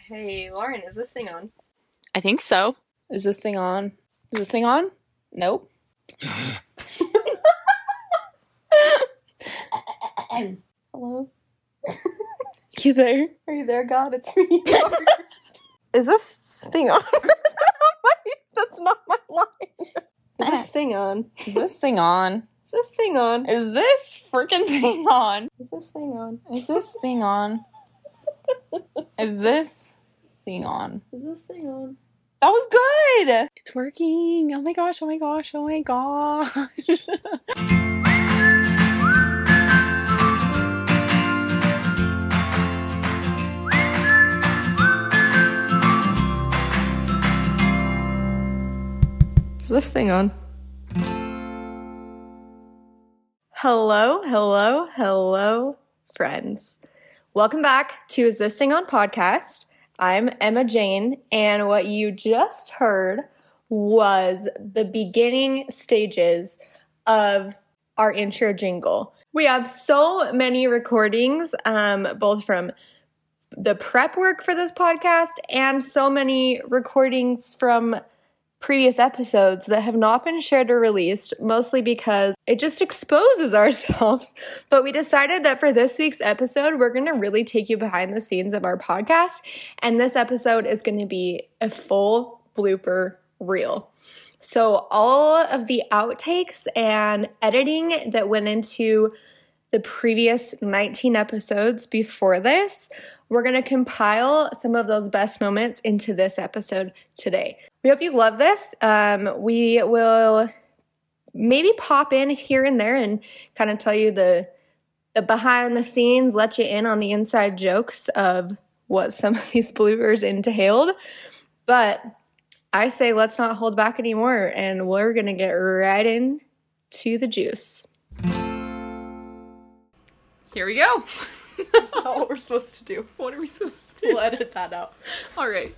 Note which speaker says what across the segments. Speaker 1: Hey, Lauren, is this thing on?
Speaker 2: I think so.
Speaker 3: Is this thing on? Is this thing on? Nope. Hello? you there?
Speaker 1: Are you there, God? It's me. is this thing on? That's not my line. Is this thing on?
Speaker 3: Is this thing on?
Speaker 1: Is this thing on?
Speaker 3: Is this freaking thing on?
Speaker 1: Is this thing on?
Speaker 3: Is this thing on? Is this thing on?
Speaker 1: Is this thing on?
Speaker 3: That was good!
Speaker 2: It's working. Oh my gosh, oh my gosh, oh my gosh.
Speaker 1: Is this thing on? Hello, hello, hello, friends. Welcome back to Is This Thing On podcast. I'm Emma Jane, and what you just heard was the beginning stages of our intro jingle. We have so many recordings, um, both from the prep work for this podcast and so many recordings from previous episodes that have not been shared or released, mostly because it just exposes ourselves. But we decided that for this week's episode, we're going to really take you behind the scenes of our podcast. And this episode is going to be a full blooper reel. So, all of the outtakes and editing that went into the previous 19 episodes before this, we're going to compile some of those best moments into this episode today. We hope you love this. Um, we will maybe pop in here and there and kind of tell you the the behind the scenes, let you in on the inside jokes of what some of these bloopers entailed. But I say let's not hold back anymore, and we're gonna get right in to the juice.
Speaker 2: Here we go.
Speaker 3: not what we're supposed to do. What are we supposed to
Speaker 1: We'll edit that out.
Speaker 2: All right.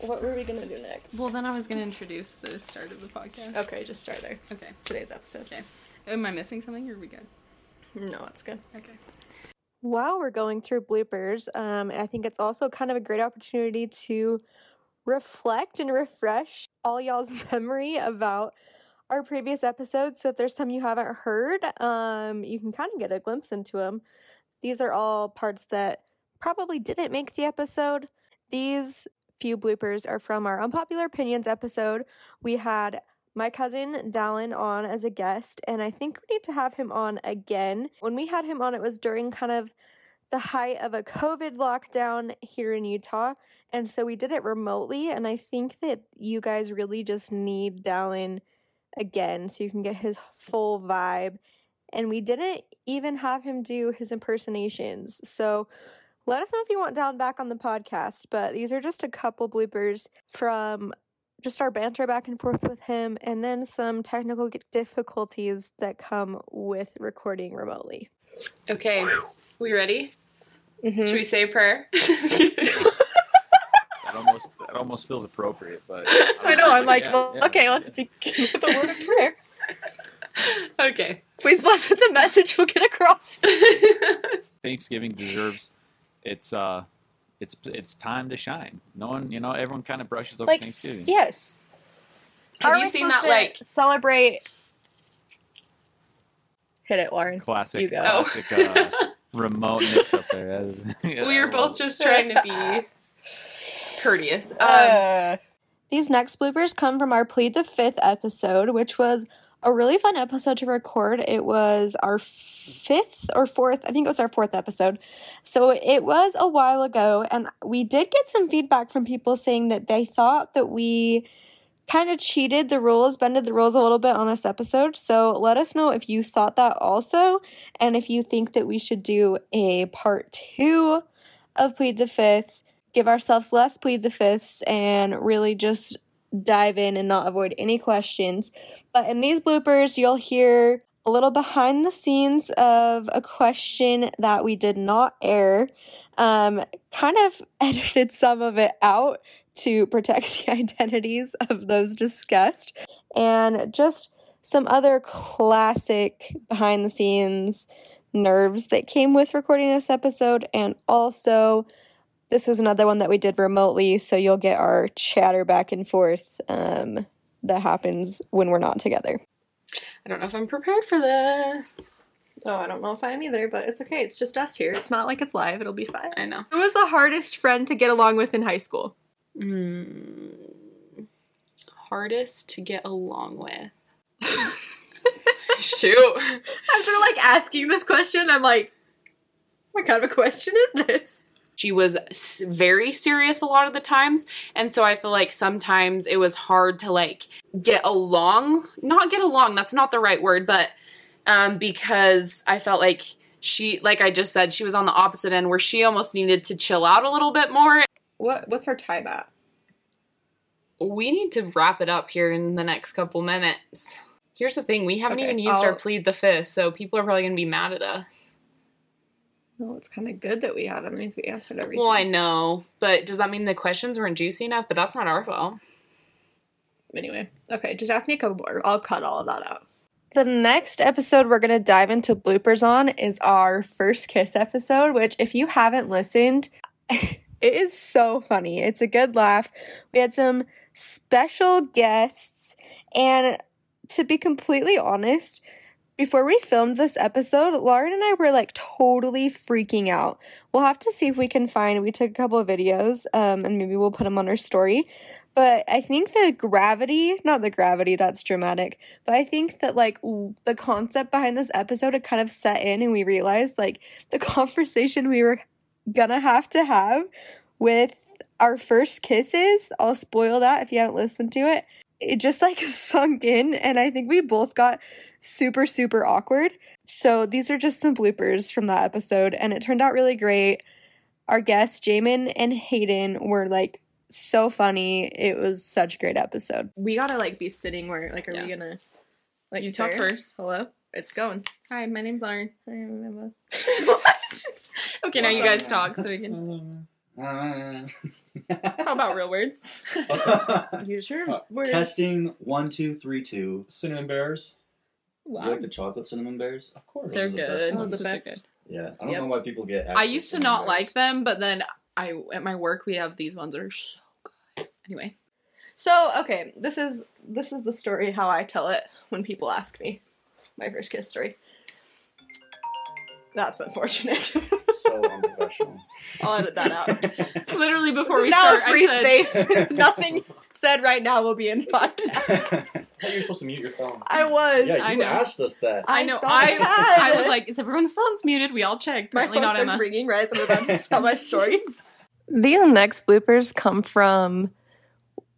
Speaker 1: What were we gonna do next?
Speaker 2: Well, then I was going to introduce the start of the podcast.
Speaker 1: Okay, just start there.
Speaker 2: Okay.
Speaker 1: Today's episode.
Speaker 2: Okay. Am I missing something or are we good?
Speaker 1: No, it's good.
Speaker 2: Okay.
Speaker 1: while we're going through bloopers, um, I think it's also kind of a great opportunity to reflect and refresh all y'all's memory about our previous episodes. So if there's some you haven't heard, um, you can kind of get a glimpse into them. These are all parts that probably didn't make the episode. These few bloopers are from our unpopular opinions episode. We had my cousin Dallin on as a guest, and I think we need to have him on again. When we had him on, it was during kind of the height of a COVID lockdown here in Utah, and so we did it remotely. And I think that you guys really just need Dallin again so you can get his full vibe. And we didn't even have him do his impersonations, so. Let us know if you want Dallin back on the podcast, but these are just a couple bloopers from just our banter back and forth with him, and then some technical g- difficulties that come with recording remotely.
Speaker 2: Okay. We ready? Should
Speaker 1: Mm-hmm.
Speaker 2: we say a prayer?
Speaker 4: That almost that almost feels appropriate, but
Speaker 2: I know, I'm
Speaker 4: like,
Speaker 1: begin with a word of prayer.
Speaker 2: okay.
Speaker 1: Please bless the message we'll get across.
Speaker 4: Thanksgiving deserves it's uh it's it's time to shine. No one you know, everyone kinda brushes over
Speaker 1: Like,
Speaker 4: Thanksgiving.
Speaker 1: Yes.
Speaker 2: Have
Speaker 1: Are
Speaker 2: you
Speaker 1: we
Speaker 2: seen
Speaker 1: supposed
Speaker 2: that,
Speaker 1: to
Speaker 2: like-
Speaker 1: celebrate? Hit it, Lauren.
Speaker 4: Classic
Speaker 1: You go.
Speaker 2: Oh.
Speaker 4: classic uh, remote mix up there. That is-
Speaker 2: we
Speaker 4: I
Speaker 2: were both
Speaker 4: love it.
Speaker 2: just trying to be courteous. Um,
Speaker 1: These next bloopers come from our Plead the Fifth episode, which was a really fun episode to record. It was our fifth or fourth, I think it was our fourth episode. So it was a while ago, and we did get some feedback from people saying that they thought that we kind of cheated the rules, bended the rules a little bit on this episode. So let us know if you thought that also, and if you think that we should do a part two of Plead the Fifth give ourselves less plead the fifths and really just dive in and not avoid any questions. But in these bloopers, you'll hear a little behind the scenes of a question that we did not air. Um, kind of edited some of it out to protect the identities of those discussed, and just some other classic behind the scenes nerves that came with recording this episode, and also This was another one that we did remotely, so you'll get our chatter back and forth um, that happens when we're not together.
Speaker 3: I don't know if I'm prepared for this.
Speaker 1: Oh, I don't know if I am either, but it's okay. It's just us here. It's not like it's live. It'll be fine.
Speaker 3: I know.
Speaker 1: Who was the hardest friend to get along with in high school?
Speaker 3: Mm, hardest to get along with. Shoot.
Speaker 1: After like asking this question, I'm like, what kind of a question is this?
Speaker 3: She was s- very serious a lot of the times, and so I feel like sometimes it was hard to like get along. Not get along, that's not the right word, but um, because I felt like she, like I just said, she was on the opposite end where she almost needed to chill out a little bit more.
Speaker 1: What what's her tie bat?
Speaker 3: We need to wrap it up here in the next couple minutes. Here's the thing we haven't
Speaker 1: Okay,
Speaker 3: even used
Speaker 1: I'll-
Speaker 3: our plead the fifth, so people are probably gonna be mad at us.
Speaker 1: Well, it's kind of good that we have. That means we answered everything.
Speaker 3: Well, I know, but does that mean the questions weren't juicy enough? But that's not our fault.
Speaker 1: anyway, okay, just ask me a couple more. I'll cut all of that out. The next episode we're going to dive into bloopers on is our first kiss episode, which, if you haven't listened, it is so funny. It's a good laugh. We had some special guests, and to be completely honest, before we filmed this episode, Lauren and I were like totally freaking out. We'll have to see if we can find. We took a couple of videos, um, and maybe we'll put them on our story. But I think the gravity, not the gravity, that's dramatic, but I think that like w- the concept behind this episode had kind of set in and we realized like the conversation we were gonna have to have with our first kisses. I'll spoil that if you haven't listened to it. It just like sunk in and I think we both got super, super awkward. So these are just some bloopers from that episode and it turned out really great. Our guests, Jamin and Hayden, were like so funny. It was such a great episode. We gotta like be sitting where like are
Speaker 3: Yeah.
Speaker 1: we gonna like
Speaker 3: You talk
Speaker 1: there?
Speaker 3: first.
Speaker 1: Hello? It's going.
Speaker 3: Hi, my name's Lauren.
Speaker 1: I remember.
Speaker 3: Okay, now you guys talk so we can. How about real words?
Speaker 1: Use your
Speaker 5: Uh,
Speaker 1: words.
Speaker 5: Testing one two three two.
Speaker 6: cinnamon bears.
Speaker 5: You like the chocolate cinnamon bears?
Speaker 6: Of course.
Speaker 3: They're
Speaker 5: Those are the best
Speaker 3: good.
Speaker 5: ones.
Speaker 6: Oh, the best.
Speaker 5: Yeah, I don't
Speaker 3: Yep.
Speaker 5: know why people get.
Speaker 3: I used to not like them, but then I at my work we have these ones that are so good. Anyway,
Speaker 1: So okay, this is this is the story how I tell it when people ask me my first kiss story. That's unfortunate.
Speaker 5: So unprofessional.
Speaker 1: I'll edit that out.
Speaker 3: literally before
Speaker 1: This
Speaker 3: we
Speaker 1: is now a
Speaker 3: start,
Speaker 1: free
Speaker 3: I said,
Speaker 1: space. Nothing said right now will be in podcast.
Speaker 6: You're supposed to mute your phone.
Speaker 1: I was.
Speaker 5: yeah, you
Speaker 3: I know.
Speaker 5: asked us that.
Speaker 3: I know,
Speaker 1: thought I,
Speaker 3: I
Speaker 1: had.
Speaker 3: was like, is everyone's phones muted? We all checked.
Speaker 1: My
Speaker 3: Apparently
Speaker 1: phone
Speaker 3: not
Speaker 1: starts
Speaker 3: Emma.
Speaker 1: ringing right as I'm about to tell my story. These next bloopers come from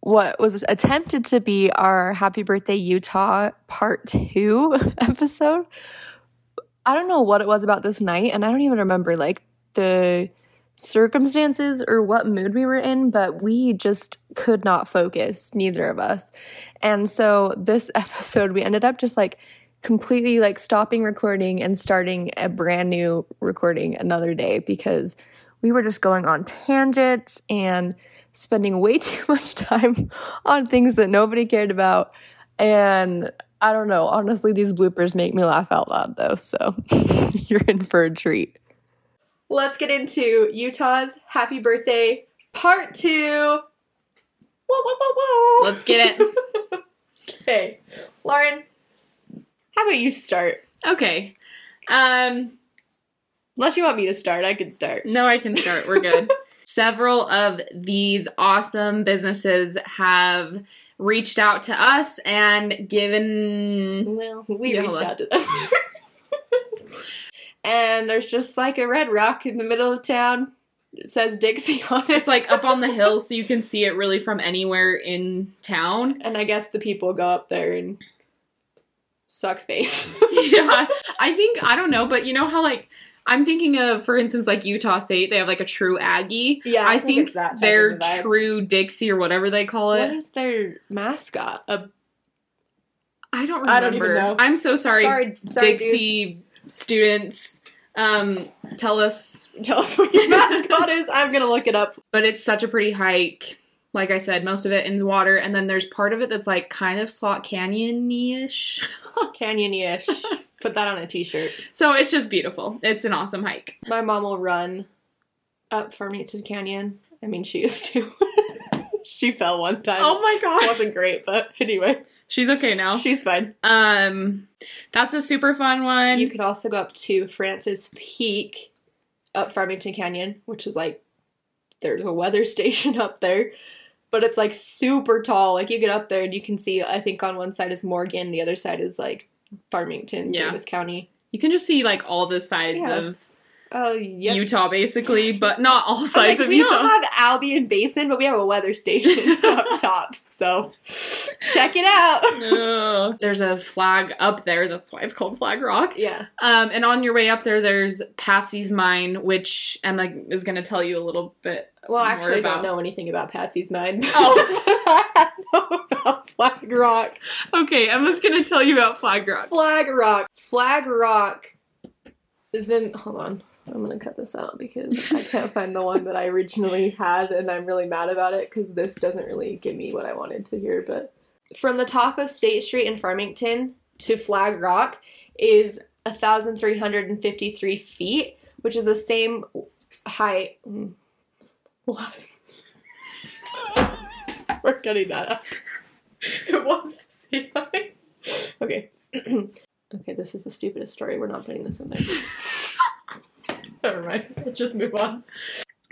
Speaker 1: what was attempted to be our Happy Birthday Utah Part 2 episode. I don't know what it was about this night, and I don't even remember like the circumstances or what mood we were in, but we just could not focus, neither of us. And so this episode, we ended up just like completely like stopping recording and starting a brand new recording another day because we were just going on tangents and spending way too much time on things that nobody cared about. And I don't know, honestly, these bloopers make me laugh out loud though, so you're in for a treat. Let's get into Utah's happy birthday part two. Whoa, whoa, whoa, whoa.
Speaker 3: Let's get it.
Speaker 1: Okay, Lauren, how about you start?
Speaker 3: Okay. Um,
Speaker 1: Unless you want me to start, I can start.
Speaker 3: No, I can start. We're good. Several of these awesome businesses have reached out to us and given.
Speaker 1: Well, we
Speaker 3: Yeah,
Speaker 1: reached
Speaker 3: hold on.
Speaker 1: out to them. and there's just like a red rock in the middle of town. It says Dixie on it.
Speaker 3: It's like up on the hill, so you can see it really from anywhere in town.
Speaker 1: and I guess the people go up there and suck face.
Speaker 3: yeah, I think I don't know, but you know how like I'm thinking of, for instance, like Utah State, they have like a true Aggie.
Speaker 1: yeah,
Speaker 3: I, think,
Speaker 1: it's that type
Speaker 3: they're
Speaker 1: of vibe.
Speaker 3: true Dixie or whatever they call it.
Speaker 1: What is their mascot? A
Speaker 3: I don't remember.
Speaker 1: I don't even know.
Speaker 3: am so sorry,
Speaker 1: sorry,
Speaker 3: Dixie students. Um, tell us
Speaker 1: dudes. Tell us what your mascot is. I'm gonna look it up.
Speaker 3: but it's such a pretty hike. Like I said, most of it in the water, and then there's part of it that's like kind of slot canyon-ish.
Speaker 1: Canyon-ish. Put that on a t-shirt.
Speaker 3: So it's just beautiful. It's an awesome hike.
Speaker 1: My mom will run
Speaker 7: up Farmington Canyon. I mean, she is too. she fell one time.
Speaker 3: Oh my
Speaker 7: It
Speaker 3: god.
Speaker 7: wasn't great, but anyway,
Speaker 3: She's okay now.
Speaker 7: she's fine.
Speaker 3: Um that's a super fun one.
Speaker 7: You could also go up to Francis Peak up Farmington Canyon, which is like there's a weather station up there, but it's like super tall. Like you get up there and you can see I think on one side is Morgan, the other side is like Farmington,
Speaker 3: Yeah.
Speaker 7: Davis County.
Speaker 3: You can just see like all the sides
Speaker 7: Yeah.
Speaker 3: of
Speaker 7: Oh yeah.
Speaker 3: Utah basically, but not all
Speaker 7: I was
Speaker 3: sides
Speaker 7: like,
Speaker 3: of
Speaker 7: we
Speaker 3: Utah.
Speaker 7: don't have Albion Basin, but we have a weather station up top. So check it out.
Speaker 3: Ugh. There's a flag up there. That's why it's called Flag Rock.
Speaker 7: Yeah.
Speaker 3: Um, and on your way up there, there's Patsy's Mine, which Emma is going to tell you a little bit.
Speaker 7: Well,
Speaker 3: more
Speaker 7: actually, I
Speaker 3: about.
Speaker 7: don't know anything about Patsy's mind.
Speaker 3: Oh.
Speaker 7: I know about Flag Rock.
Speaker 3: Okay, Emma's going to tell you about Flag Rock.
Speaker 7: Flag Rock. Flag Rock. Then hold on. I'm gonna cut this out because I can't find the one that I originally had, and I'm really mad about it because this doesn't really give me what I wanted to hear. But from the top of State Street in Farmington to Flag Rock is 1,353 feet, which is the same height. mm, What? We're cutting that out. It was the same height. Okay. okay, this is the stupidest story. We're not putting this in there. Never mind. Let's just move on.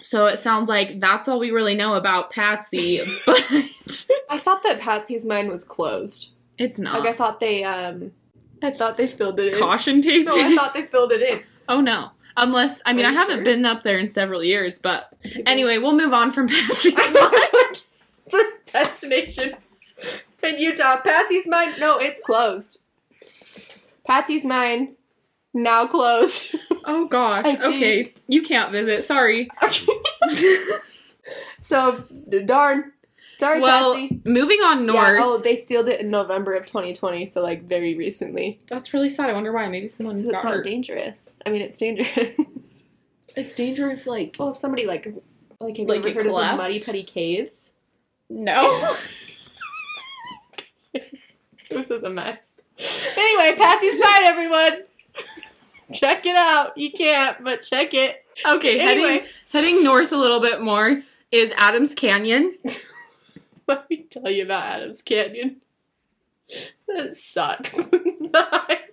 Speaker 3: So it sounds like that's all we really know about Patsy, but
Speaker 7: I thought that Patsy's mind was closed.
Speaker 3: it's not.
Speaker 7: Like I thought they um I thought they filled it in.
Speaker 3: Caution tape.
Speaker 7: No, I thought they filled it in.
Speaker 3: oh no. Unless, I mean,
Speaker 7: Are
Speaker 3: I
Speaker 7: you
Speaker 3: haven't
Speaker 7: sure?
Speaker 3: been up there in several years, but anyway, we'll move on from Patsy's Mine.
Speaker 7: it's a destination in Utah. Patsy's mine. No, it's closed. Patsy's mine now closed.
Speaker 3: Oh gosh.
Speaker 7: I think-
Speaker 3: Okay, you can't visit. Sorry.
Speaker 7: so darn, darn
Speaker 3: well,
Speaker 7: Patsy.
Speaker 3: moving on north.
Speaker 7: Yeah, oh, they sealed it in November of 2020, so like very recently.
Speaker 3: That's really sad. I wonder why. Maybe someone
Speaker 7: 'Cause
Speaker 3: got
Speaker 7: It's not
Speaker 3: hurt.
Speaker 7: dangerous. I mean, it's dangerous.
Speaker 3: it's dangerous. Like
Speaker 7: well, if somebody like, like, have
Speaker 3: Like
Speaker 7: you ever
Speaker 3: it
Speaker 7: heard
Speaker 3: collapsed?
Speaker 7: of the Muddy Putty Caves?
Speaker 3: no.
Speaker 7: Oh. This is a mess. Anyway, Patsy's Night, everyone. check it out. You can't, but check it.
Speaker 3: okay,
Speaker 7: Anyway,
Speaker 3: heading heading north a little bit more is Adams Canyon.
Speaker 7: let me tell you about Adams Canyon. That sucks. Like,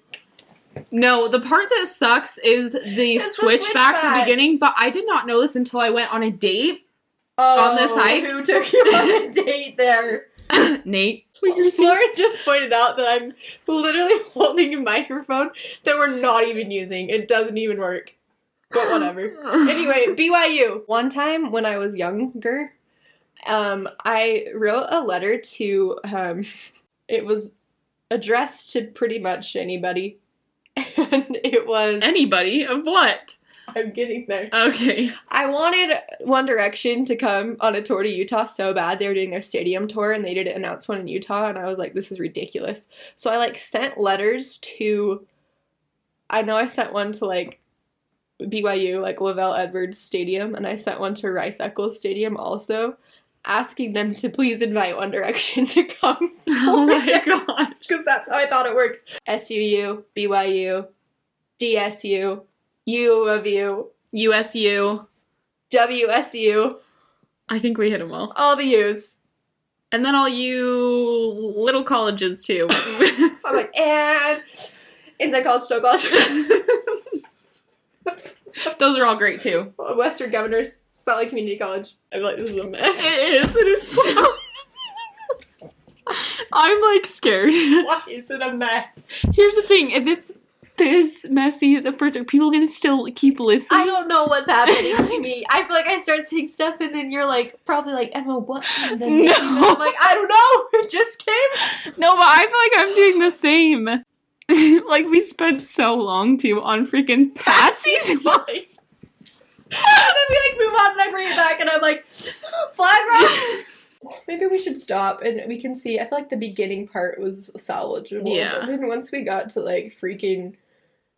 Speaker 3: No, the part that sucks is the
Speaker 7: It's the
Speaker 3: switchbacks at the
Speaker 7: switchbacks.
Speaker 3: beginning. But I did not know this until I went on a date. Oh, On this hike?
Speaker 7: who took you on a date there?
Speaker 3: Nate,
Speaker 7: Laura just pointed out that I'm literally holding a microphone that we're not even using. It doesn't even work. But whatever. anyway, BYU. One time when I was younger, um, I wrote a letter to um, it was addressed to pretty much anybody, and it was
Speaker 3: anybody of what?
Speaker 7: I'm getting there.
Speaker 3: Okay.
Speaker 7: I wanted One Direction to come on a tour to Utah so bad. They were doing their stadium tour and they didn't announce one in Utah, and I was like, this is ridiculous. So I like sent letters to. I know I sent one to like BYU, like Lavelle Edwards Stadium, and I sent one to Rice Eccles Stadium also, asking them to please invite One Direction to come.
Speaker 3: Oh my gosh.
Speaker 7: Because that's how I thought it worked. SUU, BYU, DSU, U of U,
Speaker 3: USU.
Speaker 7: WSU,
Speaker 3: I think we hit them all.
Speaker 7: all the U's.
Speaker 3: And then all you little colleges too.
Speaker 7: I'm like, and inside college, no college,
Speaker 3: Those are all great too.
Speaker 7: Western Governors, Salt Lake Community College. I'm like, this is a mess.
Speaker 3: It is. It is so. I'm like scared.
Speaker 7: Why is it a mess?
Speaker 3: Here's the thing: if it's this messy at the first, are people gonna still keep listening?
Speaker 7: I don't know what's happening to me. I feel like I start saying stuff, and then you're like, probably like, Emma, what? in the name?"
Speaker 3: No.
Speaker 7: And I'm like, I don't know. It just came.
Speaker 3: no, but I feel like I'm doing the same. like we spent so long too on freaking Patsy's mind.
Speaker 7: And then we like move on, and I bring it back, and I'm like, flag rock. Maybe we should stop and we can see. I feel like the beginning part was salvageable.
Speaker 3: Yeah.
Speaker 7: But then once we got to like freaking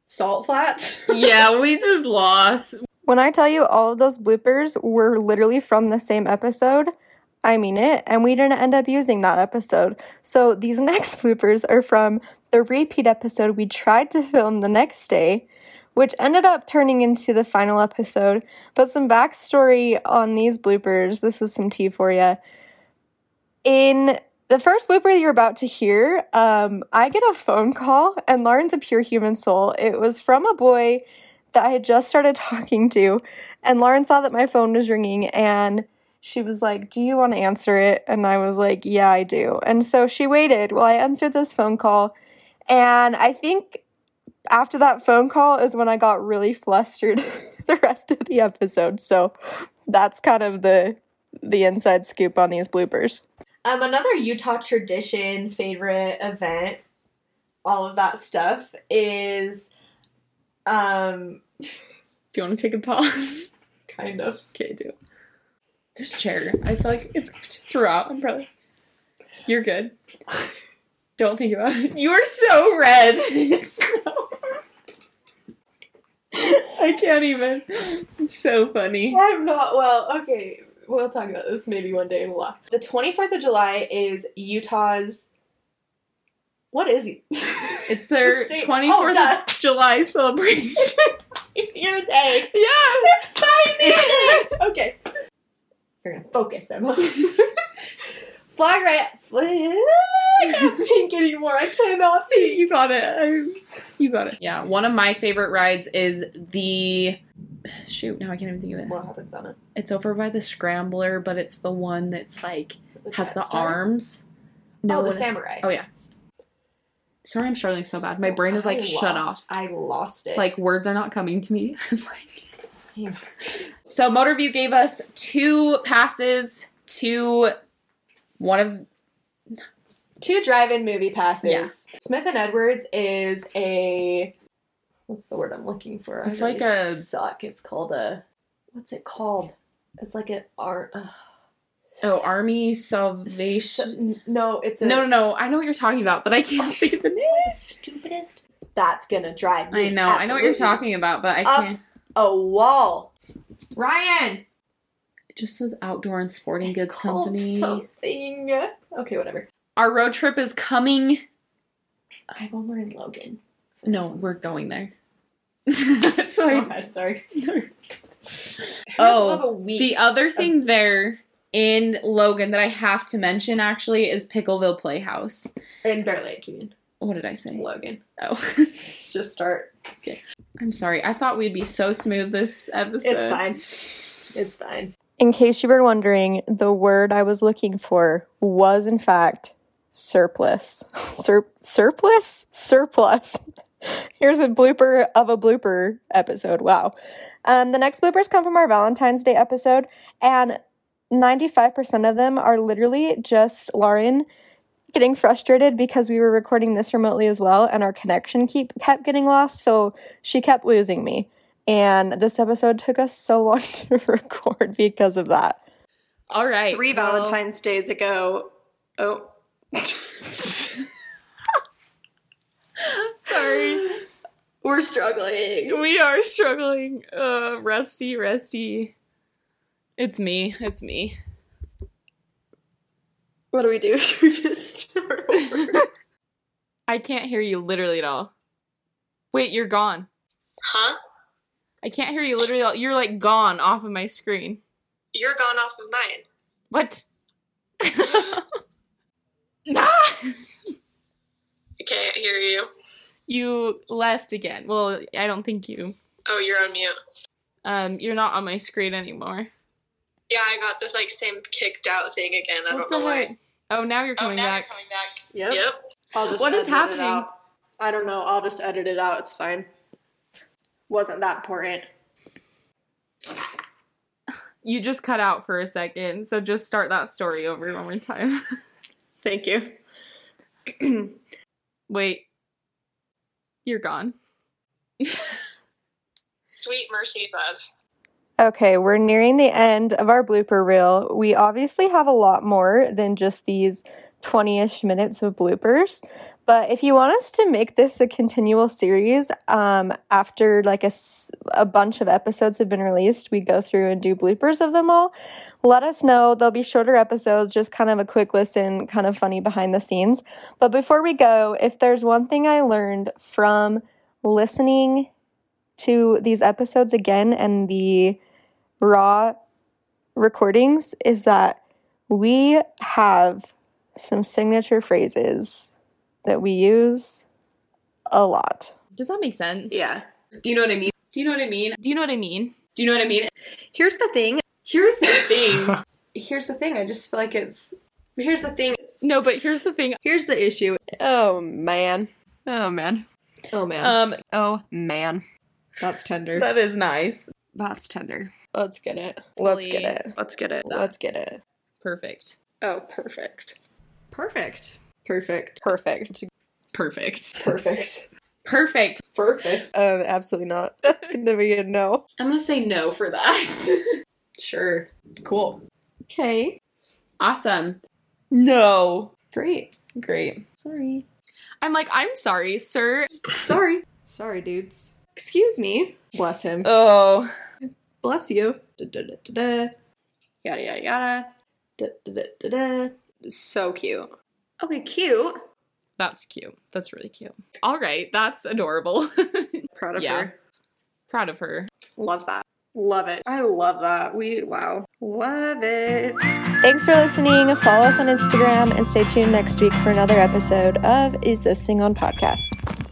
Speaker 7: salt flats.
Speaker 3: yeah, we just lost.
Speaker 7: When I tell you all of those bloopers were literally from the same episode, I mean it, and we didn't end up using that episode. So these next bloopers are from the repeat episode we tried to film the next day,
Speaker 1: which ended up turning into the final episode. But some backstory on these bloopers this is some tea for you. In the first blooper you're about to hear, um, I get a phone call, and Lauren's a pure human soul. It was from a boy that I had just started talking to, and Lauren saw that my phone was ringing and she was like, Do you want to answer it? And I was like, Yeah, I do. And so she waited while I answered this phone call. And I think after that phone call is when I got really flustered the rest of the episode. So that's kind of the the inside scoop on these bloopers. Um, another Utah tradition, favorite event, all of that stuff is um
Speaker 8: Do you want to take a pause?
Speaker 1: kind of
Speaker 8: okay, do. This chair, I feel like it's throughout. I'm probably. You're good. Don't think about it. You are so red. It's so. I can't even. It's so funny.
Speaker 1: I'm not well. Okay, we'll talk about this maybe one day. We'll laugh. The 24th of July is Utah's. What is it?
Speaker 8: It's their
Speaker 1: The state-
Speaker 8: 24th
Speaker 1: oh, duh.
Speaker 8: of July celebration.
Speaker 1: Your day.
Speaker 8: yeah,
Speaker 1: It's fine.
Speaker 8: okay.
Speaker 1: You're gonna focus, Emma. Flag right. I can't think anymore. I cannot think.
Speaker 8: You got it. I- you got it.
Speaker 3: Yeah, one of my favorite rides is the shoot. Now I can't even think of it.
Speaker 1: What happens on it?
Speaker 3: It's over by the Scrambler, but it's the one that's like
Speaker 1: Is it
Speaker 3: has the
Speaker 1: Jetstar?
Speaker 3: arms. No,
Speaker 1: Oh, the
Speaker 3: what-
Speaker 1: samurai.
Speaker 3: oh, sorry, I'm struggling so bad. My brain is like
Speaker 1: I
Speaker 3: shut
Speaker 1: lost-
Speaker 3: off.
Speaker 1: I lost it.
Speaker 3: Like words are not coming to me. I'm like, so Motorview gave us two passes to one of
Speaker 1: Two drive-in movie passes. Smith and Edwards is a what's the word I'm looking for? I
Speaker 3: It's like
Speaker 1: really
Speaker 3: a-
Speaker 1: suck. It's called a what's it called? It's like an art. Uh,
Speaker 3: oh Army Salvation.
Speaker 1: no, it's a
Speaker 3: No, no, no. I know what you're talking about, but I can't think of the name.
Speaker 1: stupidest. That's gonna drive me.
Speaker 3: I know. I know what you're
Speaker 1: absolutely
Speaker 3: talking about, but I
Speaker 1: Up.
Speaker 3: can't.
Speaker 1: A wall. Ryan.
Speaker 3: It just says outdoor and sporting
Speaker 1: it's
Speaker 3: goods
Speaker 1: called
Speaker 3: company.
Speaker 1: Something. Okay, whatever.
Speaker 3: Our road trip is coming.
Speaker 1: I have one more in Logan.
Speaker 3: No, we're going there. That's why.
Speaker 1: Go ahead, sorry.
Speaker 3: Oh,
Speaker 1: Love a week.
Speaker 3: The other thing there in Logan that I have to mention actually is Pickleville Playhouse.
Speaker 1: in Bear Lake, you mean
Speaker 3: What did I say?
Speaker 1: Logan?
Speaker 3: Oh,
Speaker 1: Just start.
Speaker 3: I'm sorry. I thought we'd be so smooth this episode.
Speaker 1: It's fine. It's fine. In case you were wondering, the word I was looking for was in fact surplus. Sur- surplus? Surplus. Here's a blooper of a blooper episode. Wow. Um, the next bloopers come from our Valentine's Day episode, and 95% of them are literally just Lauren getting frustrated because we were recording this remotely as well, and our connection keep kept getting lost, so she kept losing me. And this episode took us so long to record because of that.
Speaker 3: All right.
Speaker 1: Three
Speaker 3: well,
Speaker 1: Valentine's days ago. Oh.
Speaker 8: Sorry.
Speaker 1: We're struggling.
Speaker 8: We are struggling. Uh, rusty, rusty. It's me. It's me.
Speaker 1: What do we do? Should we just start over?
Speaker 8: I can't hear you literally at all. Wait, you're gone.
Speaker 7: Huh?
Speaker 8: I can't hear you literally at all. You're like gone off of my screen.
Speaker 7: You're gone off of mine.
Speaker 8: What?
Speaker 7: I can't hear you.
Speaker 8: you left again. Well, I don't think you.
Speaker 7: Oh, you're on mute.
Speaker 8: Um, you're not on my screen anymore.
Speaker 7: Yeah, I got the like same kicked out thing again. I
Speaker 8: what
Speaker 7: don't know
Speaker 8: the
Speaker 7: why.
Speaker 8: heck? Oh, now you're coming
Speaker 7: oh, now
Speaker 8: back.
Speaker 7: you're coming back.
Speaker 1: Yep.
Speaker 7: Yep.
Speaker 1: I'll just
Speaker 8: What is
Speaker 1: edit it
Speaker 8: happening?
Speaker 1: out. I don't know. I'll just edit it out. It's fine. Wasn't that important.
Speaker 8: You just cut out for a second, so just start that story over one more time.
Speaker 1: Thank you.
Speaker 8: Wait. You're gone.
Speaker 7: Sweet mercy, love.
Speaker 1: Okay, we're nearing the end of our blooper reel. We obviously have a lot more than just these 20 ish minutes of bloopers. But if you want us to make this a continual series, um, after like a, s- a bunch of episodes have been released, we go through and do bloopers of them all. Let us know. There'll be shorter episodes, just kind of a quick listen, kind of funny behind the scenes. But before we go, if there's one thing I learned from listening to these episodes again and the raw recordings is that we have some signature phrases that we use a lot.
Speaker 8: Does that make sense?
Speaker 3: Yeah. Do you know what I mean? Do you know what I mean?
Speaker 8: Do you know what I mean?
Speaker 3: Do you know what I mean?
Speaker 1: Here's the thing
Speaker 3: Here's the thing.
Speaker 7: Here's the thing. I just feel like it's. Here's the thing.
Speaker 8: No, but here's the thing.
Speaker 1: Here's the issue. Oh man.
Speaker 8: Oh man.
Speaker 1: Oh man.
Speaker 8: Um,
Speaker 1: oh man. That's tender.
Speaker 8: that is nice.
Speaker 1: That's tender. Let's get it. Let's get it. Let's get it. Let's get it.
Speaker 8: Perfect.
Speaker 7: Oh, perfect.
Speaker 8: Perfect.
Speaker 1: Perfect. Perfect.
Speaker 8: Perfect.
Speaker 1: Perfect.
Speaker 8: Perfect.
Speaker 1: Perfect. Um, absolutely not. That's gonna be a no.
Speaker 3: I'm gonna say no for that.
Speaker 1: Sure. Cool. Okay.
Speaker 3: awesome.
Speaker 8: No.
Speaker 1: Great.
Speaker 8: Great.
Speaker 1: Sorry.
Speaker 8: I'm like, I'm sorry, sir.
Speaker 3: Sorry.
Speaker 1: Sorry, dudes. Excuse me. Bless him.
Speaker 8: Oh.
Speaker 1: Bless you. Da-da-da-da-da. Yada yada yada. Da-da-da-da-da. So cute. Okay, cute.
Speaker 8: That's cute. That's really cute. All right. That's adorable.
Speaker 1: Proud of
Speaker 8: Yeah.
Speaker 1: her.
Speaker 8: Proud of her.
Speaker 1: Love that. Love it. I love that. We, wow. Love it. Thanks for listening. Follow us on Instagram and stay tuned next week for another episode of Is This Thing On Podcast.